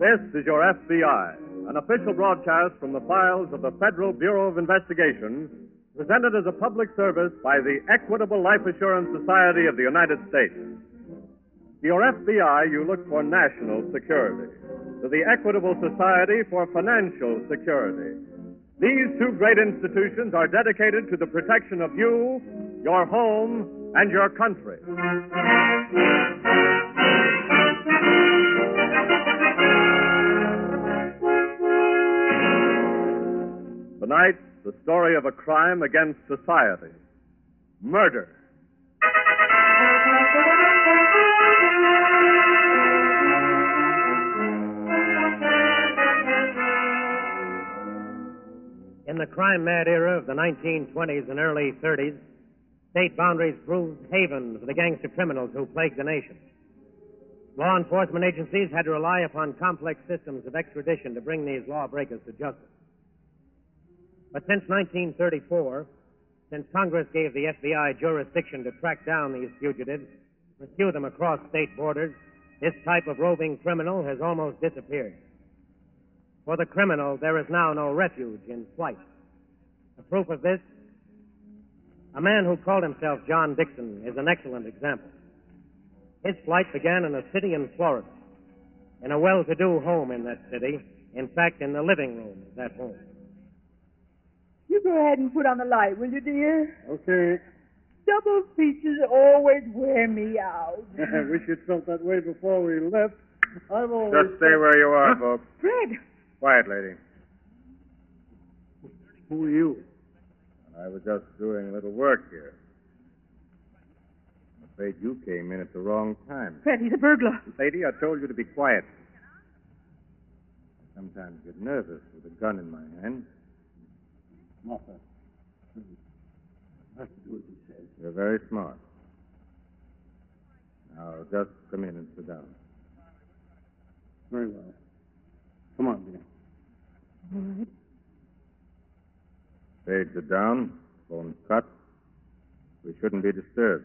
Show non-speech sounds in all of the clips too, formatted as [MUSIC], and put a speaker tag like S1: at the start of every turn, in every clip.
S1: This is your FBI, an official broadcast from the files of the Federal Bureau of Investigation, presented as a public service by the Equitable Life Assurance Society of the United States. To your FBI, you look for national security. To the Equitable Society for financial security. These two great institutions are dedicated to the protection of you, your home, and your country. Tonight, the story of a crime against society murder.
S2: In the crime mad era of the 1920s and early 30s, state boundaries proved haven for the gangster criminals who plagued the nation. Law enforcement agencies had to rely upon complex systems of extradition to bring these lawbreakers to justice. But since 1934, since Congress gave the FBI jurisdiction to track down these fugitives, pursue them across state borders, this type of roving criminal has almost disappeared. For the criminal, there is now no refuge in flight. A proof of this, a man who called himself John Dixon is an excellent example. His flight began in a city in Florida, in a well to do home in that city, in fact, in the living room of that home.
S3: You go ahead and put on the light, will you, dear?
S4: Okay.
S3: Double features always wear me out.
S4: [LAUGHS] I wish you'd felt that way before we left. I've always.
S1: Just stay where you are, folks.
S3: Fred,
S1: Quiet, lady.
S4: Who are you?
S1: I was just doing a little work here. I'm afraid you came in at the wrong time.
S3: Fred, he's a burglar.
S1: Lady, I told you to be quiet. I sometimes get nervous with a gun in my hand.
S4: Martha. I have to do as he says.
S1: You're very smart. Now, just come in and sit down.
S4: Very well. Come on, dear.
S1: Spades are down, bones cut. We shouldn't be disturbed.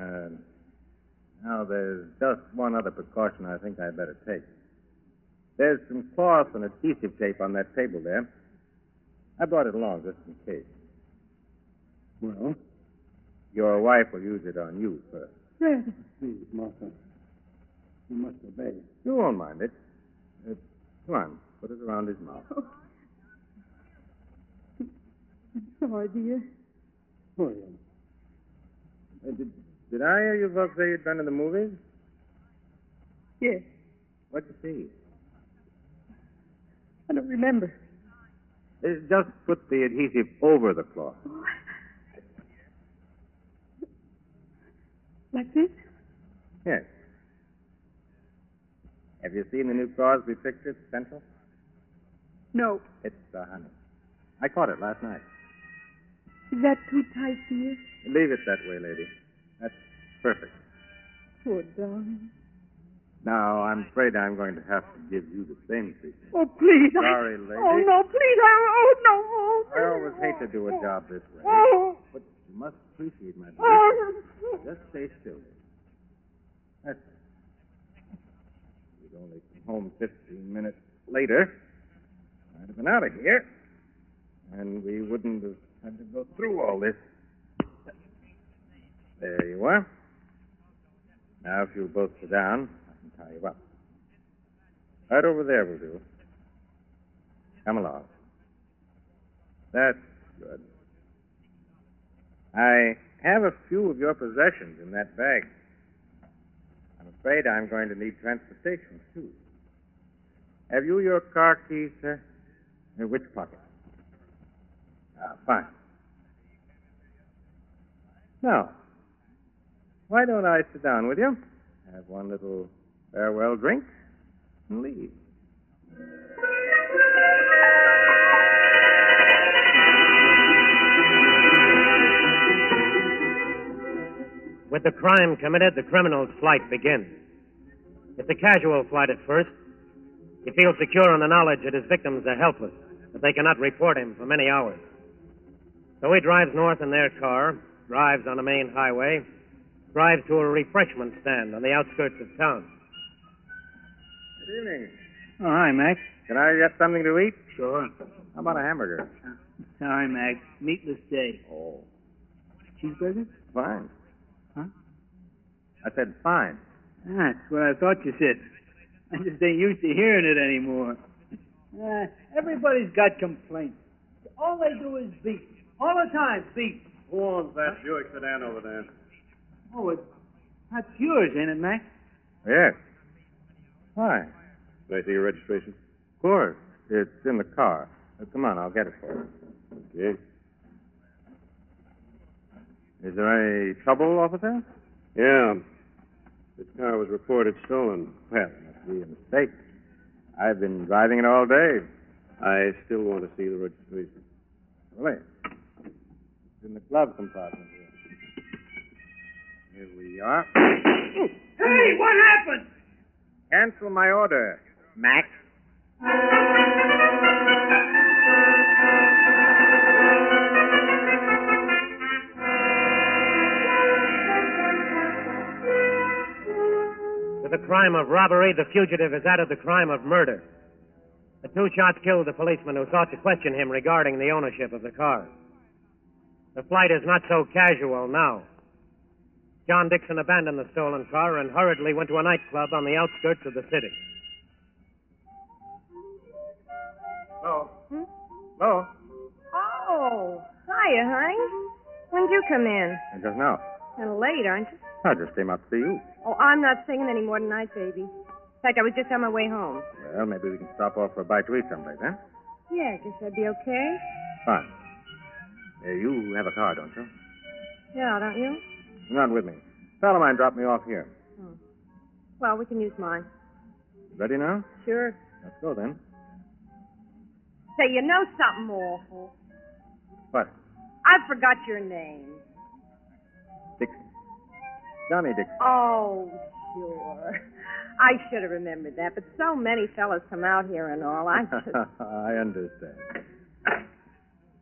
S1: Uh, now, there's just one other precaution I think I'd better take. There's some cloth and adhesive tape on that table there. I brought it along just in case.
S4: Well,
S1: Your wife will use it on you first.
S3: Fred,
S4: please, Martha. You must obey.
S1: You won't mind it. Uh, come on, put it around his [LAUGHS] mouth. Uh,
S3: I'm sorry, dear.
S4: Who are you?
S1: Uh, did, did I hear you folks say you'd been to the movies?
S3: Yes,
S1: What'd you see?
S3: I don't remember.
S1: Uh, Just put the adhesive over the cloth.
S3: Like this?
S1: Yes. Have you seen the new Crosby picture at Central?
S3: No.
S1: It's the honey. I caught it last night.
S3: Is that too tight, dear?
S1: Leave it that way, lady. That's perfect.
S3: Poor darling.
S1: Now, I'm afraid I'm going to have to give you the same treatment.
S3: Oh, please. I-
S1: Sorry, lady.
S3: Oh, no, please. I, oh, no. Oh,
S1: I always hate to do a job this way.
S3: Oh,
S1: But you must appreciate my dear.
S3: [LAUGHS] oh,
S1: Just stay still. That's it. We'd only come home 15 minutes later. I'd have been out of here. And we wouldn't have had to go through all this. There you are. Now, if you'll both sit down, I can tie you up. Right over there will do. Come along. That's good. I have a few of your possessions in that bag. I'm afraid I'm going to need transportation, too. Have you your car keys, sir? In Uh, which pocket? Ah, fine. Now, why don't I sit down with you, have one little farewell drink, and leave?
S2: With the crime committed, the criminal's flight begins. It's a casual flight at first. He feels secure in the knowledge that his victims are helpless, that they cannot report him for many hours. So he drives north in their car, drives on the main highway, drives to a refreshment stand on the outskirts of town.
S1: Good evening.
S5: Oh, hi, Mac.
S1: Can I get something to eat?
S5: Sure.
S1: How about a hamburger?
S5: Sorry, Mac. Meatless day.
S1: Oh,
S5: Cheeseburger?
S1: fine.
S5: Huh?
S1: I said fine.
S5: That's what I thought you said. I just ain't used to hearing it anymore. Uh, everybody's got complaints. All they do is beat. All the time, beat.
S4: Who owns that Buick sedan over there?
S5: Oh, it's, that's yours, ain't it, Mac?
S1: Yes. Why?
S4: Did I see your registration?
S1: Of course. It's in the car. Uh, Come on, I'll get it for you. Okay. Is there any trouble, officer?
S4: Yeah. This car was reported stolen.
S1: Well, it must be a mistake. I've been driving it all day.
S4: I still want to see the registration.
S1: Really? It's in the glove compartment here. Here we are.
S5: Hey, what happened?
S1: Cancel my order, Mac.
S2: For the crime of robbery, the fugitive has added the crime of murder. The two shots killed the policeman who sought to question him regarding the ownership of the car. The flight is not so casual now. John Dixon abandoned the stolen car and hurriedly went to a nightclub on the outskirts of the city.
S1: Hello. Hello.
S6: Oh, hiya, honey. When'd you come in?
S1: And just now.
S6: Kind of late, aren't you?
S1: I just came out to see you.
S6: Oh, I'm not singing any more tonight, baby. In fact, I was just on my way home.
S1: Well, maybe we can stop off for a bite to eat someplace, huh?
S6: Yeah, I guess that'd be okay.
S1: Fine. Uh, you have a car, don't you?
S6: Yeah, don't you?
S1: Not with me. Pal of mine dropped me off here.
S6: Well, we can use mine.
S1: Ready now?
S6: Sure.
S1: Let's go then.
S6: Say, you know something awful?
S1: What?
S6: I forgot your name.
S1: Dixon. Johnny Dixon.
S6: Oh, sure. I should have remembered that, but so many fellas come out here and
S1: [LAUGHS]
S6: all. I just...
S1: I understand.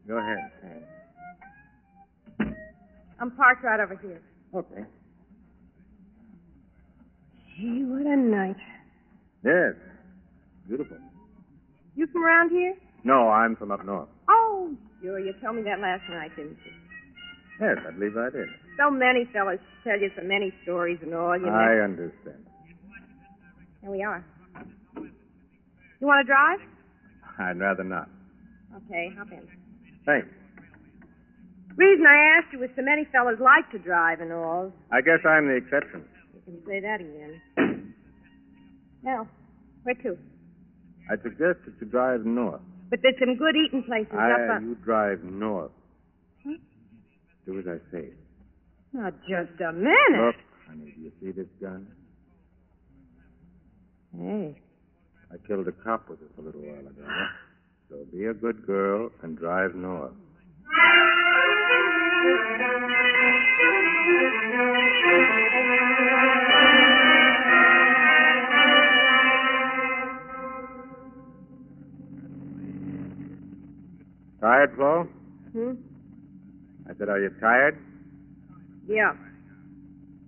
S1: Go ahead.
S6: I'm parked right over here.
S1: Okay.
S6: Gee, what a night.
S1: Yes. Beautiful.
S6: You from around here?
S1: No, I'm from up north.
S6: Oh, sure. You told me that last night, didn't you?
S1: Yes, I believe I did.
S6: So many fellas tell you so many stories and all, you know.
S1: I understand.
S6: Here we are. You want to drive?
S1: I'd rather not.
S6: Okay, hop in.
S1: Thanks.
S6: Reason I asked you was so many fellas like to drive and all.
S1: I guess I'm the exception.
S6: You can say that again. Now, where to?
S1: I suggest that you drive north.
S6: But there's some good eating places up uh,
S1: I,
S6: on...
S1: you drive north. Do as I say.
S6: Now, just a minute. [LAUGHS]
S1: Look, honey, do you see this gun?
S6: Hey.
S1: I killed a cop with it a little while ago. So be a good girl and drive north. Tired, Flo?
S6: Hmm?
S1: I said, are you tired?
S6: Yeah.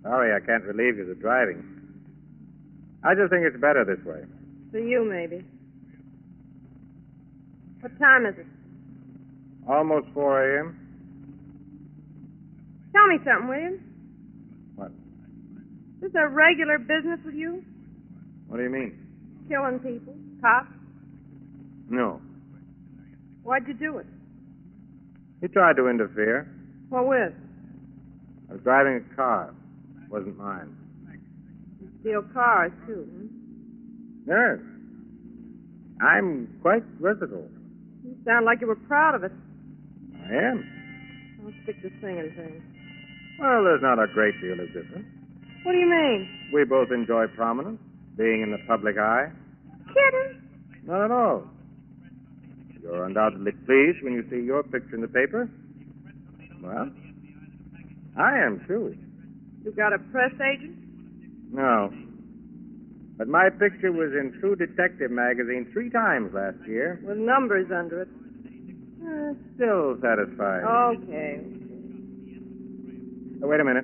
S1: Sorry, I can't relieve you of the driving. I just think it's better this way.
S6: For you, maybe. What time is it?
S1: Almost 4 a.m.
S6: Tell me something, will you?
S1: What?
S6: This a regular business with you?
S1: What do you mean?
S6: Killing people? Cops?
S1: No.
S6: Why'd you do it?
S1: He tried to interfere.
S6: What with?
S1: I was driving a car. It wasn't mine.
S6: Steal cars, too. hmm?
S1: Yes. I'm quite versatile.
S6: You sound like you were proud of it.
S1: I am.
S6: I'll stick to singing things.
S1: Well, there's not a great deal of difference.
S6: What do you mean?
S1: We both enjoy prominence, being in the public eye.
S6: Kidding?
S1: Not at all. You're undoubtedly pleased when you see your picture in the paper. Well, I am too.
S6: You got a press agent?
S1: No. But my picture was in True Detective magazine three times last year.
S6: With numbers under it. Uh,
S1: Eh, still satisfied.
S6: Okay.
S1: Oh, wait a minute.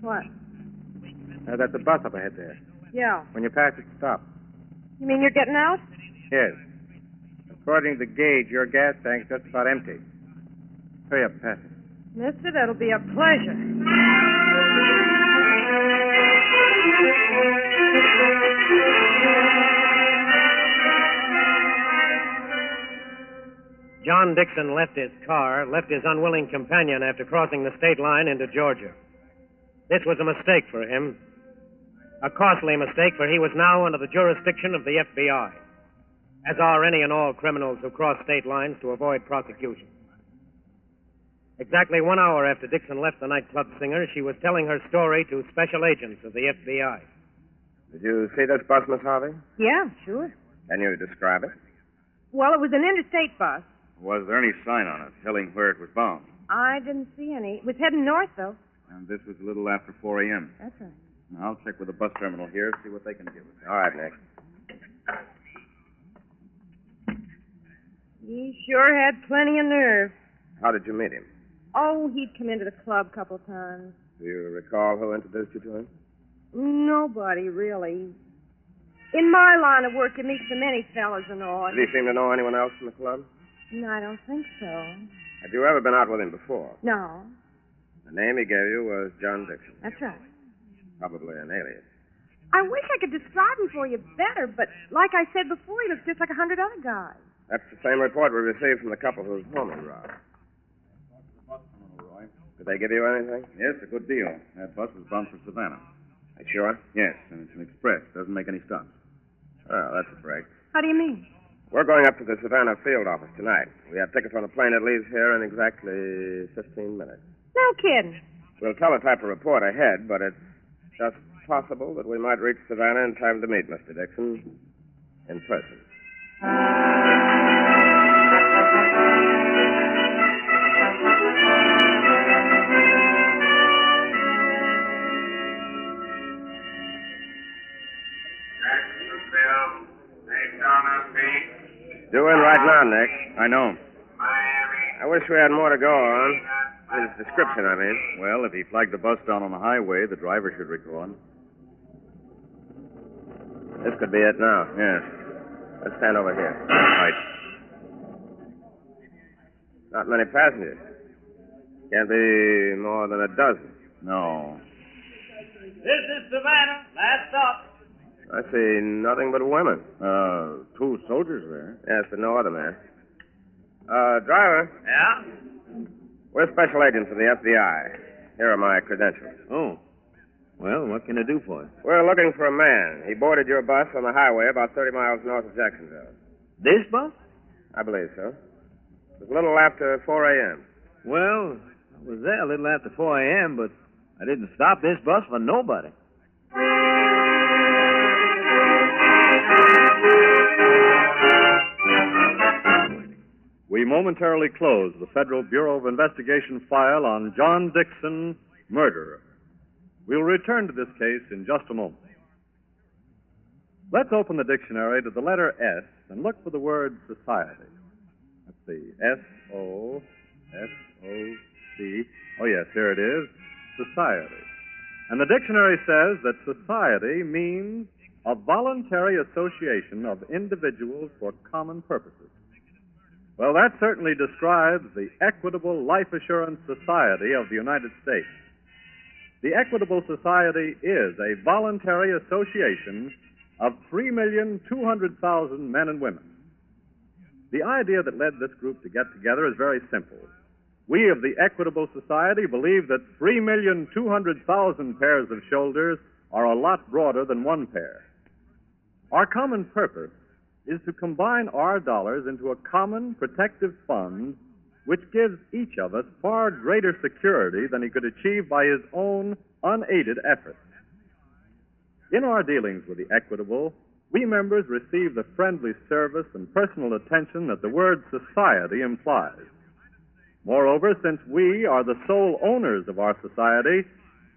S6: What?
S1: Uh, that's a bus up ahead there.
S6: Yeah.
S1: When you pass it, stop.
S6: You mean you're getting out?
S1: Yes. According to the gauge, your gas tank's just about empty. Hurry up, pass it.
S6: Mister, that'll be a pleasure.
S2: John Dixon left his car, left his unwilling companion after crossing the state line into Georgia. This was a mistake for him. A costly mistake, for he was now under the jurisdiction of the FBI, as are any and all criminals who cross state lines to avoid prosecution. Exactly one hour after Dixon left the nightclub singer, she was telling her story to special agents of the FBI.
S1: Did you see this bus, Miss Harvey?
S6: Yeah, sure.
S1: Can you describe it?
S6: Well, it was an interstate bus.
S7: Was there any sign on it telling where it was bound?
S6: I didn't see any. It was heading north, though.
S7: And this was a little after 4 a.m.
S6: That's right.
S7: Now, I'll check with the bus terminal here, see what they can give us.
S1: All right, Nick.
S6: He sure had plenty of nerve.
S1: How did you meet him?
S6: Oh, he'd come into the club a couple times.
S1: Do you recall who introduced you to him?
S6: Nobody, really. In my line of work, you meet so many fellas and all.
S1: Did he seem to know anyone else in the club?
S6: No, I don't think so.
S1: Had you ever been out with him before?
S6: No,
S1: The name he gave you was John Dixon,
S6: that's right.
S1: probably an alias.
S6: I wish I could describe him for you better, but like I said before, he looks just like a hundred other guys.
S1: That's the same report we received from the couple whose home he robbed. Did they give you anything?
S7: Yes, a good deal. That bus was bound for Savannah.
S1: You sure?
S7: Yes, and it's an express. Doesn't make any stops.
S1: Oh, that's a break.
S6: How do you mean?
S1: We're going up to the Savannah field office tonight. We have tickets on a plane that leaves here in exactly 15 minutes.
S6: No kidding.
S1: We'll teletype a report ahead, but it's just possible that we might reach Savannah in time to meet Mr. Dixon in person.
S8: Jackson, Bill, Daytona Beach,
S1: Doing right now, Nick.
S7: I know.
S8: Miami.
S1: I wish we had more to go on. His description, I mean.
S7: Well, if he flagged the bus down on the highway, the driver should record.
S1: This could be it now.
S7: Yes.
S1: Let's stand over here.
S7: Right.
S1: Not many passengers. Can't be more than a dozen.
S7: No.
S5: This is Savannah. Last stop.
S1: I see nothing but women.
S7: Uh, two soldiers there.
S1: Yes, but no other man. Uh, driver,
S5: Yeah?
S1: we're special agents of the FBI. Here are my credentials.
S9: Oh. Well, what can I do for you?
S1: We're looking for a man. He boarded your bus on the highway about 30 miles north of Jacksonville.
S9: This bus?
S1: I believe so. It was a little after 4 a.m.
S9: Well, I was there a little after 4 a.m., but I didn't stop this bus for nobody.
S10: We momentarily close the Federal Bureau of Investigation file on John Dixon, murderer. We'll return to this case in just a moment. Let's open the dictionary to the letter S and look for the word society. Let's see. S O S O C. Oh, yes, here it is. Society. And the dictionary says that society means a voluntary association of individuals for common purposes. Well, that certainly describes the Equitable Life Assurance Society of the United States. The Equitable Society is a voluntary association of 3,200,000 men and women. The idea that led this group to get together is very simple. We of the Equitable Society believe that 3,200,000 pairs of shoulders are a lot broader than one pair. Our common purpose is to combine our dollars into a common protective fund
S1: which gives each of us far greater security than he could achieve by his own unaided efforts. In our dealings with the Equitable, we members receive the friendly service and personal attention that the word society implies. Moreover, since we are the sole owners of our society,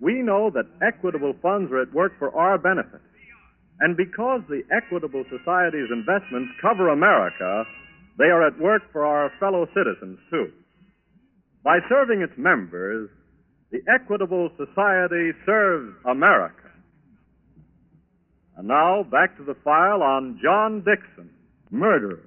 S1: we know that equitable funds are at work for our benefit. And because the Equitable Society's investments cover America, they are at work for our fellow citizens, too. By serving its members, the Equitable Society serves America. And now, back to the file on John Dixon, murderer.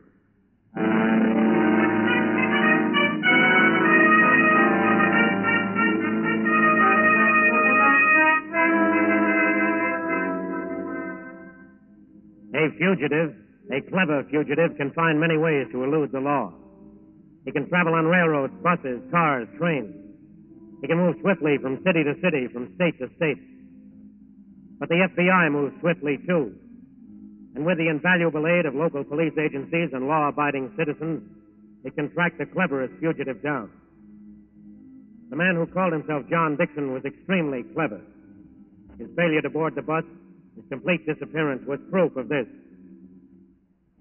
S2: A fugitive, a clever fugitive, can find many ways to elude the law. He can travel on railroads, buses, cars, trains. He can move swiftly from city to city, from state to state. But the FBI moves swiftly, too. And with the invaluable aid of local police agencies and law abiding citizens, it can track the cleverest fugitive down. The man who called himself John Dixon was extremely clever. His failure to board the bus, his complete disappearance, was proof of this.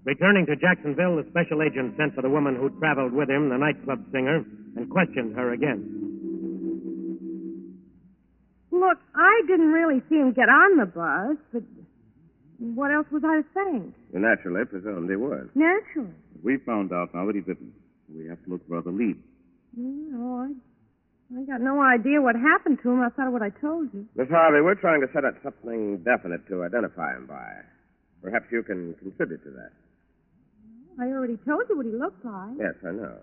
S2: Returning to Jacksonville, the special agent sent for the woman who traveled with him, the nightclub singer, and questioned her again.
S6: Look, I didn't really see him get on the bus, but what else was I saying?
S11: Well, naturally, I presumed they was.
S6: Naturally.
S11: We found out now that he didn't. We have to look for other leads.
S6: You know, I, I got no idea what happened to him outside of what I told you.
S12: Miss Harvey, we're trying to set up something definite to identify him by. Perhaps you can contribute to that.
S6: I already told you what he looked like.
S12: Yes, I know.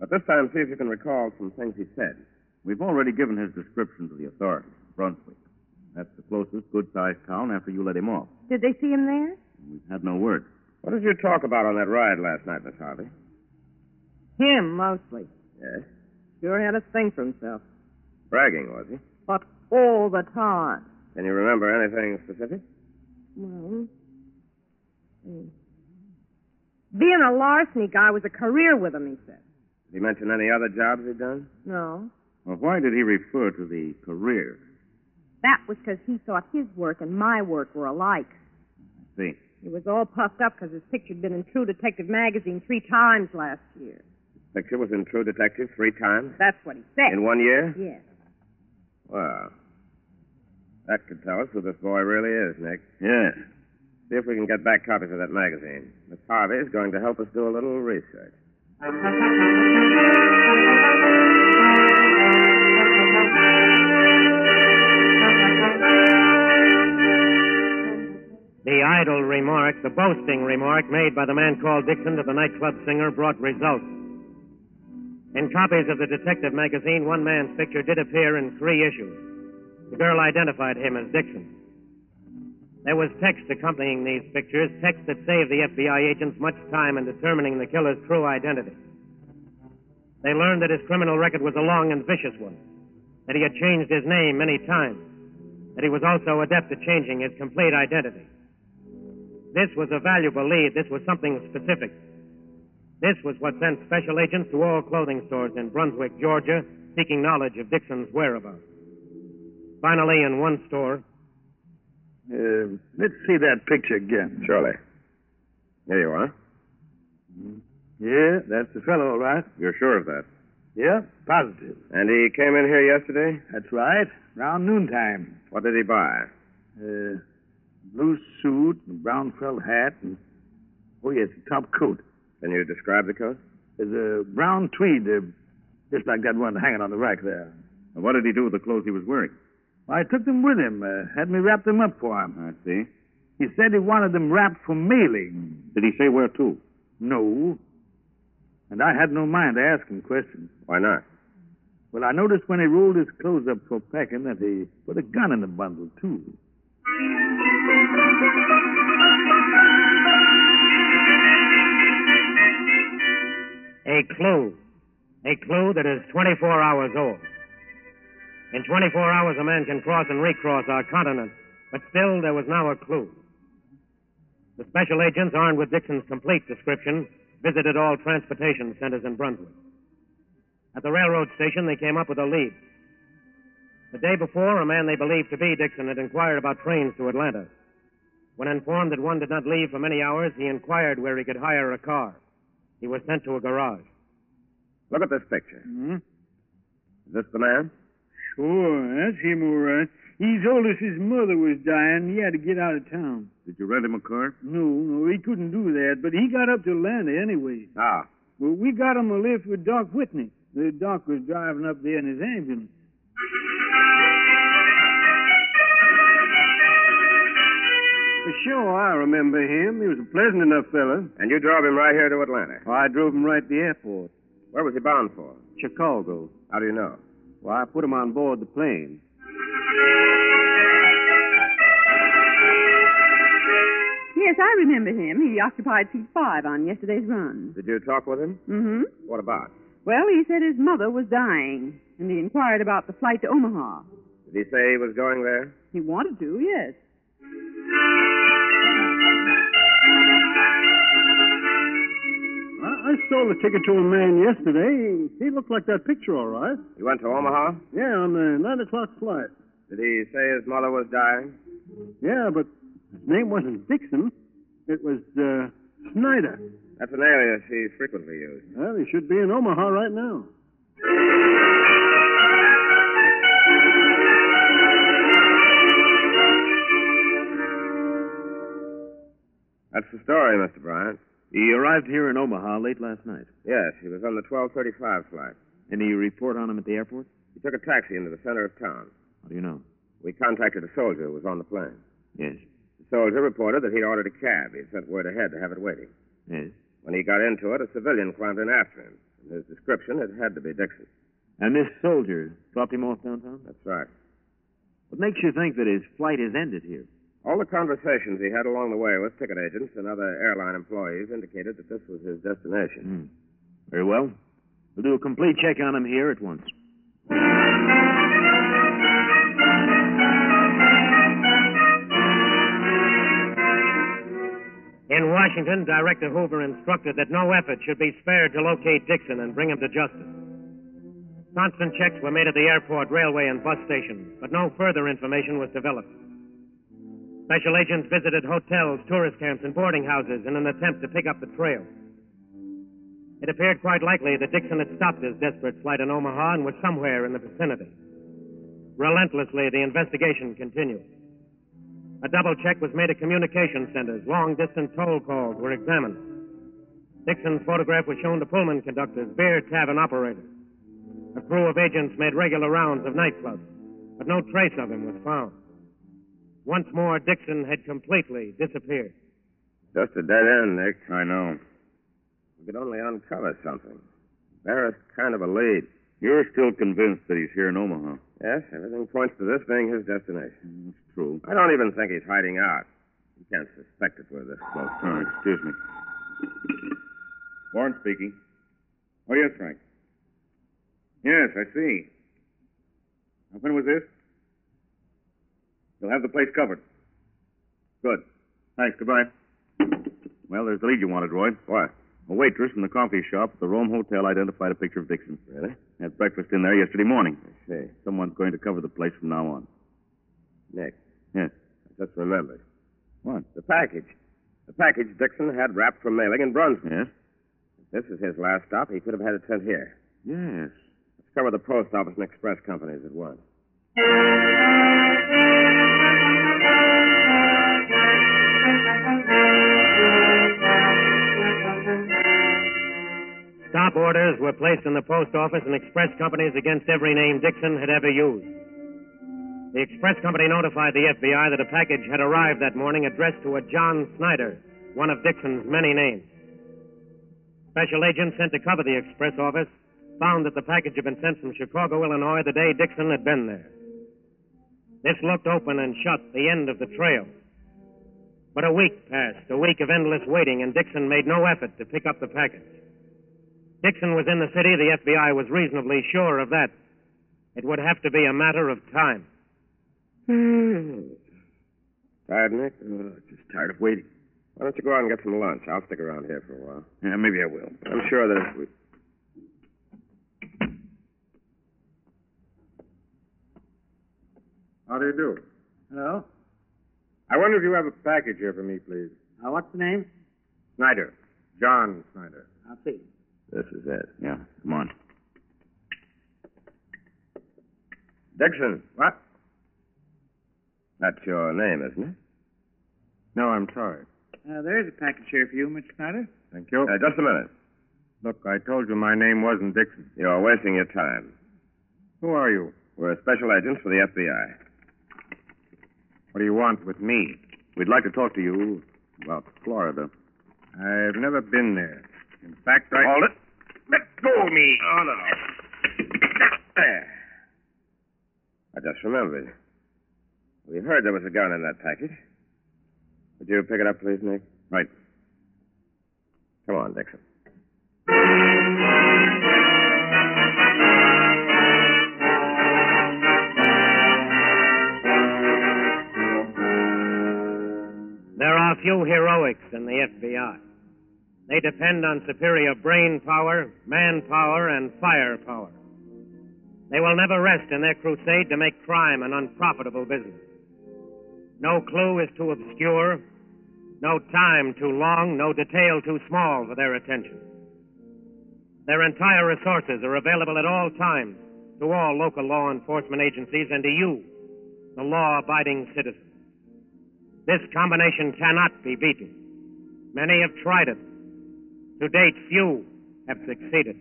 S12: But this time, see if you can recall some things he said.
S11: We've already given his description to the authorities, Brunswick. That's the closest good sized town after you let him off.
S6: Did they see him there?
S11: We've had no word.
S12: What did you talk about on that ride last night, Miss Harvey?
S6: Him, mostly.
S12: Yes.
S6: Sure had a thing for himself.
S12: Bragging, was he?
S6: But all the time.
S12: Can you remember anything specific?
S6: Well, hmm. being a larceny guy was a career with him, he said.
S12: Did he mention any other jobs he'd done?
S6: No.
S11: Well, why did he refer to the career?
S6: That was because he thought his work and my work were alike.
S11: I see.
S6: He was all puffed up because his picture'd been in True Detective magazine three times last year.
S12: The picture was in True Detective three times?
S6: That's what he said.
S12: In one year?
S6: Yes.
S12: Well, that could tell us who this boy really is, Nick.
S11: Yes.
S12: See if we can get back copies of that magazine. Miss Harvey is going to help us do a little research.
S2: The idle remark, the boasting remark made by the man called Dixon to the nightclub singer brought results. In copies of the detective magazine, one man's picture did appear in three issues. The girl identified him as Dixon. There was text accompanying these pictures, text that saved the FBI agents much time in determining the killer's true identity. They learned that his criminal record was a long and vicious one, that he had changed his name many times, that he was also adept at changing his complete identity. This was a valuable lead. This was something specific. This was what sent special agents to all clothing stores in Brunswick, Georgia, seeking knowledge of Dixon's whereabouts. Finally, in one store,
S13: Uh, let's see that picture again.
S12: Surely. Here you are.
S13: Mm-hmm. Yeah, that's the fellow, all right.
S12: You're sure of that?
S13: Yeah, positive.
S12: And he came in here yesterday?
S13: That's right. Around noontime.
S12: What did he buy?
S13: Uh, blue suit and brown felt hat and oh yes, a top coat.
S12: Can you describe the coat?
S13: There's a brown tweed, uh, just like that one hanging on the rack there.
S11: And what did he do with the clothes he was wearing?
S13: I took them with him. Uh, had me wrap them up for him.
S11: I see.
S13: He said he wanted them wrapped for mailing.
S11: Did he say where to?
S13: No. And I had no mind to ask him questions.
S12: Why not?
S13: Well, I noticed when he rolled his clothes up for packing that he put a gun in the bundle, too.
S2: a clue. A clue that is 24 hours old. In 24 hours, a man can cross and recross our continent, but still, there was now a clue. The special agents, armed with Dixon's complete description, visited all transportation centers in Brunswick. At the railroad station, they came up with a lead. The day before, a man they believed to be Dixon had inquired about trains to Atlanta. When informed that one did not leave for many hours, he inquired where he could hire a car. He was sent to a garage.
S1: Look at this picture.
S5: Hmm?
S1: Is this the man?
S5: Sure, that's him all right. He's old as his mother was dying. He had to get out of town.
S14: Did you rent him a car?
S5: No, no, he couldn't do that, but he got up to Atlanta anyway.
S1: Ah.
S5: Well, we got him a lift with Doc Whitney. The doc was driving up there in his ambulance.
S15: For sure, I remember him. He was a pleasant enough fellow.
S1: And you drove him right here to Atlanta.
S15: Oh, I drove him right to the airport,
S1: Where was he bound for?
S15: Chicago.
S1: How do you know?
S15: Well, I put him on board the plane.
S3: Yes, I remember him. He occupied seat five on yesterday's run.
S1: Did you talk with him?
S3: Mm-hmm.
S1: What about?
S3: Well, he said his mother was dying, and he inquired about the flight to Omaha.
S1: Did he say he was going there?
S3: He wanted to, yes.
S15: I, I sold a ticket to a man yesterday. He looked like that picture, all right.
S1: He went to Omaha?
S15: Yeah, on the 9 o'clock flight.
S1: Did he say his mother was dying?
S15: Yeah, but his name wasn't Dixon. It was uh, Snyder.
S1: That's an alias he frequently used.
S15: Well, he should be in Omaha right now.
S1: That's the story, Mr. Bryant.
S16: He arrived here in Omaha late last night.
S1: Yes, he was on the 1235 flight.
S16: Any report on him at the airport?
S1: He took a taxi into the center of town.
S16: How do you know?
S1: We contacted a soldier who was on the plane.
S16: Yes.
S1: The soldier reported that he'd ordered a cab. He'd sent word ahead to have it waiting.
S16: Yes.
S1: When he got into it, a civilian climbed in after him. From his description, it had to be Dixon.
S16: And this soldier dropped him off downtown?
S1: That's right.
S16: What makes you think that his flight has ended here?
S1: All the conversations he had along the way with ticket agents and other airline employees indicated that this was his destination.
S16: Hmm. Very well. We'll do a complete check on him here at once.
S2: In Washington, Director Hoover instructed that no effort should be spared to locate Dixon and bring him to justice. Constant checks were made at the airport, railway, and bus stations, but no further information was developed. Special agents visited hotels, tourist camps, and boarding houses in an attempt to pick up the trail. It appeared quite likely that Dixon had stopped his desperate flight in Omaha and was somewhere in the vicinity. Relentlessly, the investigation continued. A double check was made at communication centers. Long distance toll calls were examined. Dixon's photograph was shown to Pullman conductors, beer tavern operators. A crew of agents made regular rounds of nightclubs, but no trace of him was found. Once more, Dixon had completely disappeared.
S1: Just a dead end, Nick.
S14: I know.
S1: We could only uncover something. Barris kind of a lead.
S14: You're still convinced that he's here in Omaha.
S1: Yes, everything points to this being his
S16: Hmm,
S1: destination.
S14: That's true.
S1: I don't even think he's hiding out. You can't suspect it we're this close.
S14: All right, excuse me. Warren speaking. Oh, yes, Frank. Yes, I see. Now, when was this? You'll have the place covered. Good. Thanks. Goodbye. Well, there's the lead you wanted, Roy.
S1: What?
S14: A waitress in the coffee shop at the Rome Hotel identified a picture of Dixon.
S1: Really?
S14: Had breakfast in there yesterday morning.
S1: I see.
S14: Someone's going to cover the place from now on.
S1: Nick,
S14: Yes.
S1: I just remembered.
S14: What?
S1: The package. The package Dixon had wrapped for mailing in Brunswick.
S14: Yes?
S1: If This is his last stop. He could have had it sent here.
S14: Yes.
S1: Let's cover the post office and express companies at once.
S2: Stop orders were placed in the post office and express companies against every name Dixon had ever used. The express company notified the FBI that a package had arrived that morning addressed to a John Snyder, one of Dixon's many names. Special agents sent to cover the express office found that the package had been sent from Chicago, Illinois, the day Dixon had been there. This looked open and shut the end of the trail. But a week passed, a week of endless waiting, and Dixon made no effort to pick up the package. Dixon was in the city. The FBI was reasonably sure of that. It would have to be a matter of time.
S17: Hmm.
S1: Tired, Nick?
S17: Oh,
S14: just tired of waiting.
S1: Why don't you go out and get some lunch? I'll stick around here for a while.
S14: Yeah, maybe I will.
S1: I'm sure that if we.
S17: How do you do?
S5: Hello?
S17: I wonder if you have a package here for me, please.
S5: Uh, what's the name?
S17: Snyder. John Snyder.
S5: I'll see.
S18: This is it. Yeah, come on.
S19: Dixon.
S17: What?
S19: That's your name, isn't it?
S17: No, I'm sorry.
S5: Uh, there's a package here for you, Mr. Snyder.
S17: Thank you.
S19: Uh, just a minute.
S17: Look, I told you my name wasn't Dixon.
S19: You're wasting your time.
S17: Who are you?
S19: We're special agents for the FBI.
S17: What do you want with me?
S19: We'd like to talk to you about Florida.
S17: I've never been there. In fact, I.
S19: Hold it.
S17: Let go of me.
S19: Oh, no. There. I just remembered. We heard there was a gun in that package. Would you pick it up, please, Nick?
S17: Right.
S19: Come on, Dixon.
S2: There are few heroics in the FBI. They depend on superior brain power, manpower, and firepower. They will never rest in their crusade to make crime an unprofitable business. No clue is too obscure, no time too long, no detail too small for their attention. Their entire resources are available at all times to all local law enforcement agencies and to you, the law abiding citizen. This combination cannot be beaten. Many have tried it. To date, few have succeeded.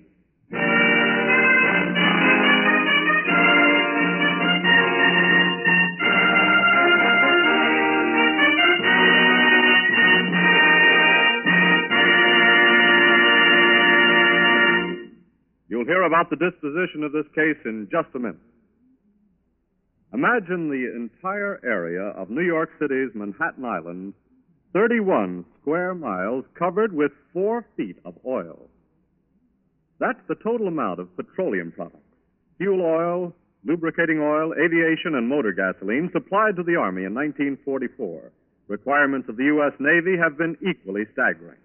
S1: You'll hear about the disposition of this case in just a minute. Imagine the entire area of New York City's Manhattan Island, 31 square miles, covered with four feet of oil. That's the total amount of petroleum products fuel oil, lubricating oil, aviation, and motor gasoline supplied to the Army in 1944. Requirements of the U.S. Navy have been equally staggering.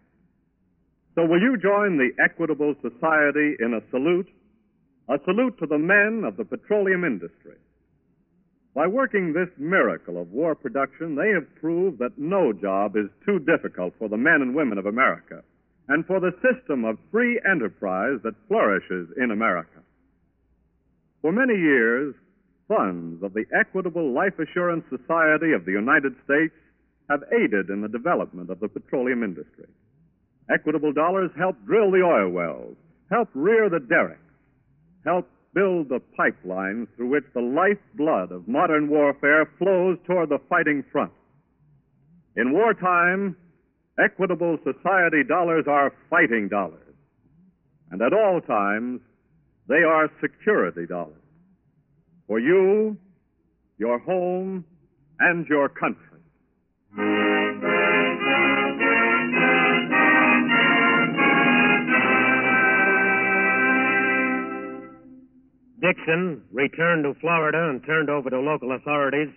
S1: So, will you join the Equitable Society in a salute? A salute to the men of the petroleum industry. By working this miracle of war production, they have proved that no job is too difficult for the men and women of America and for the system of free enterprise that flourishes in America. For many years, funds of the Equitable Life Assurance Society of the United States have aided in the development of the petroleum industry. Equitable dollars help drill the oil wells, help rear the derricks, help build the pipelines through which the lifeblood of modern warfare flows toward the fighting front. In wartime, equitable society dollars are fighting dollars. And at all times, they are security dollars. For you, your home, and your country.
S2: Dixon, returned to Florida and turned over to local authorities,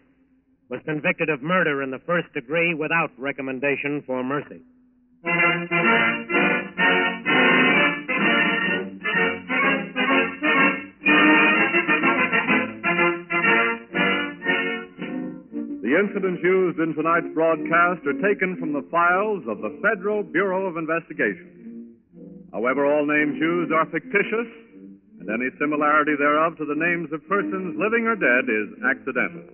S2: was convicted of murder in the first degree without recommendation for mercy.
S1: The incidents used in tonight's broadcast are taken from the files of the Federal Bureau of Investigation. However, all names used are fictitious, and any similarity thereof to the names of persons living or dead is accidental.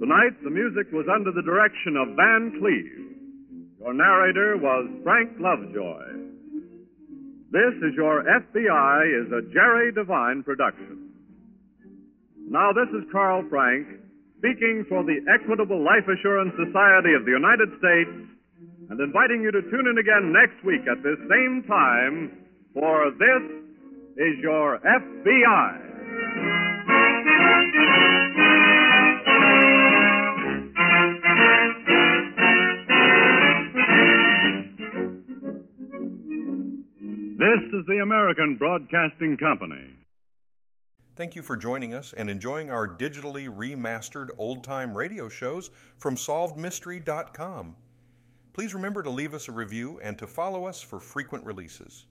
S1: Tonight, the music was under the direction of Van Cleve. Your narrator was Frank Lovejoy. This is your FBI is a Jerry Devine production. Now, this is Carl Frank speaking for the Equitable Life Assurance Society of the United States and inviting you to tune in again next week at this same time for this is your FBI. This is the American Broadcasting Company.
S20: Thank you for joining us and enjoying our digitally remastered old time radio shows from SolvedMystery.com. Please remember to leave us a review and to follow us for frequent releases.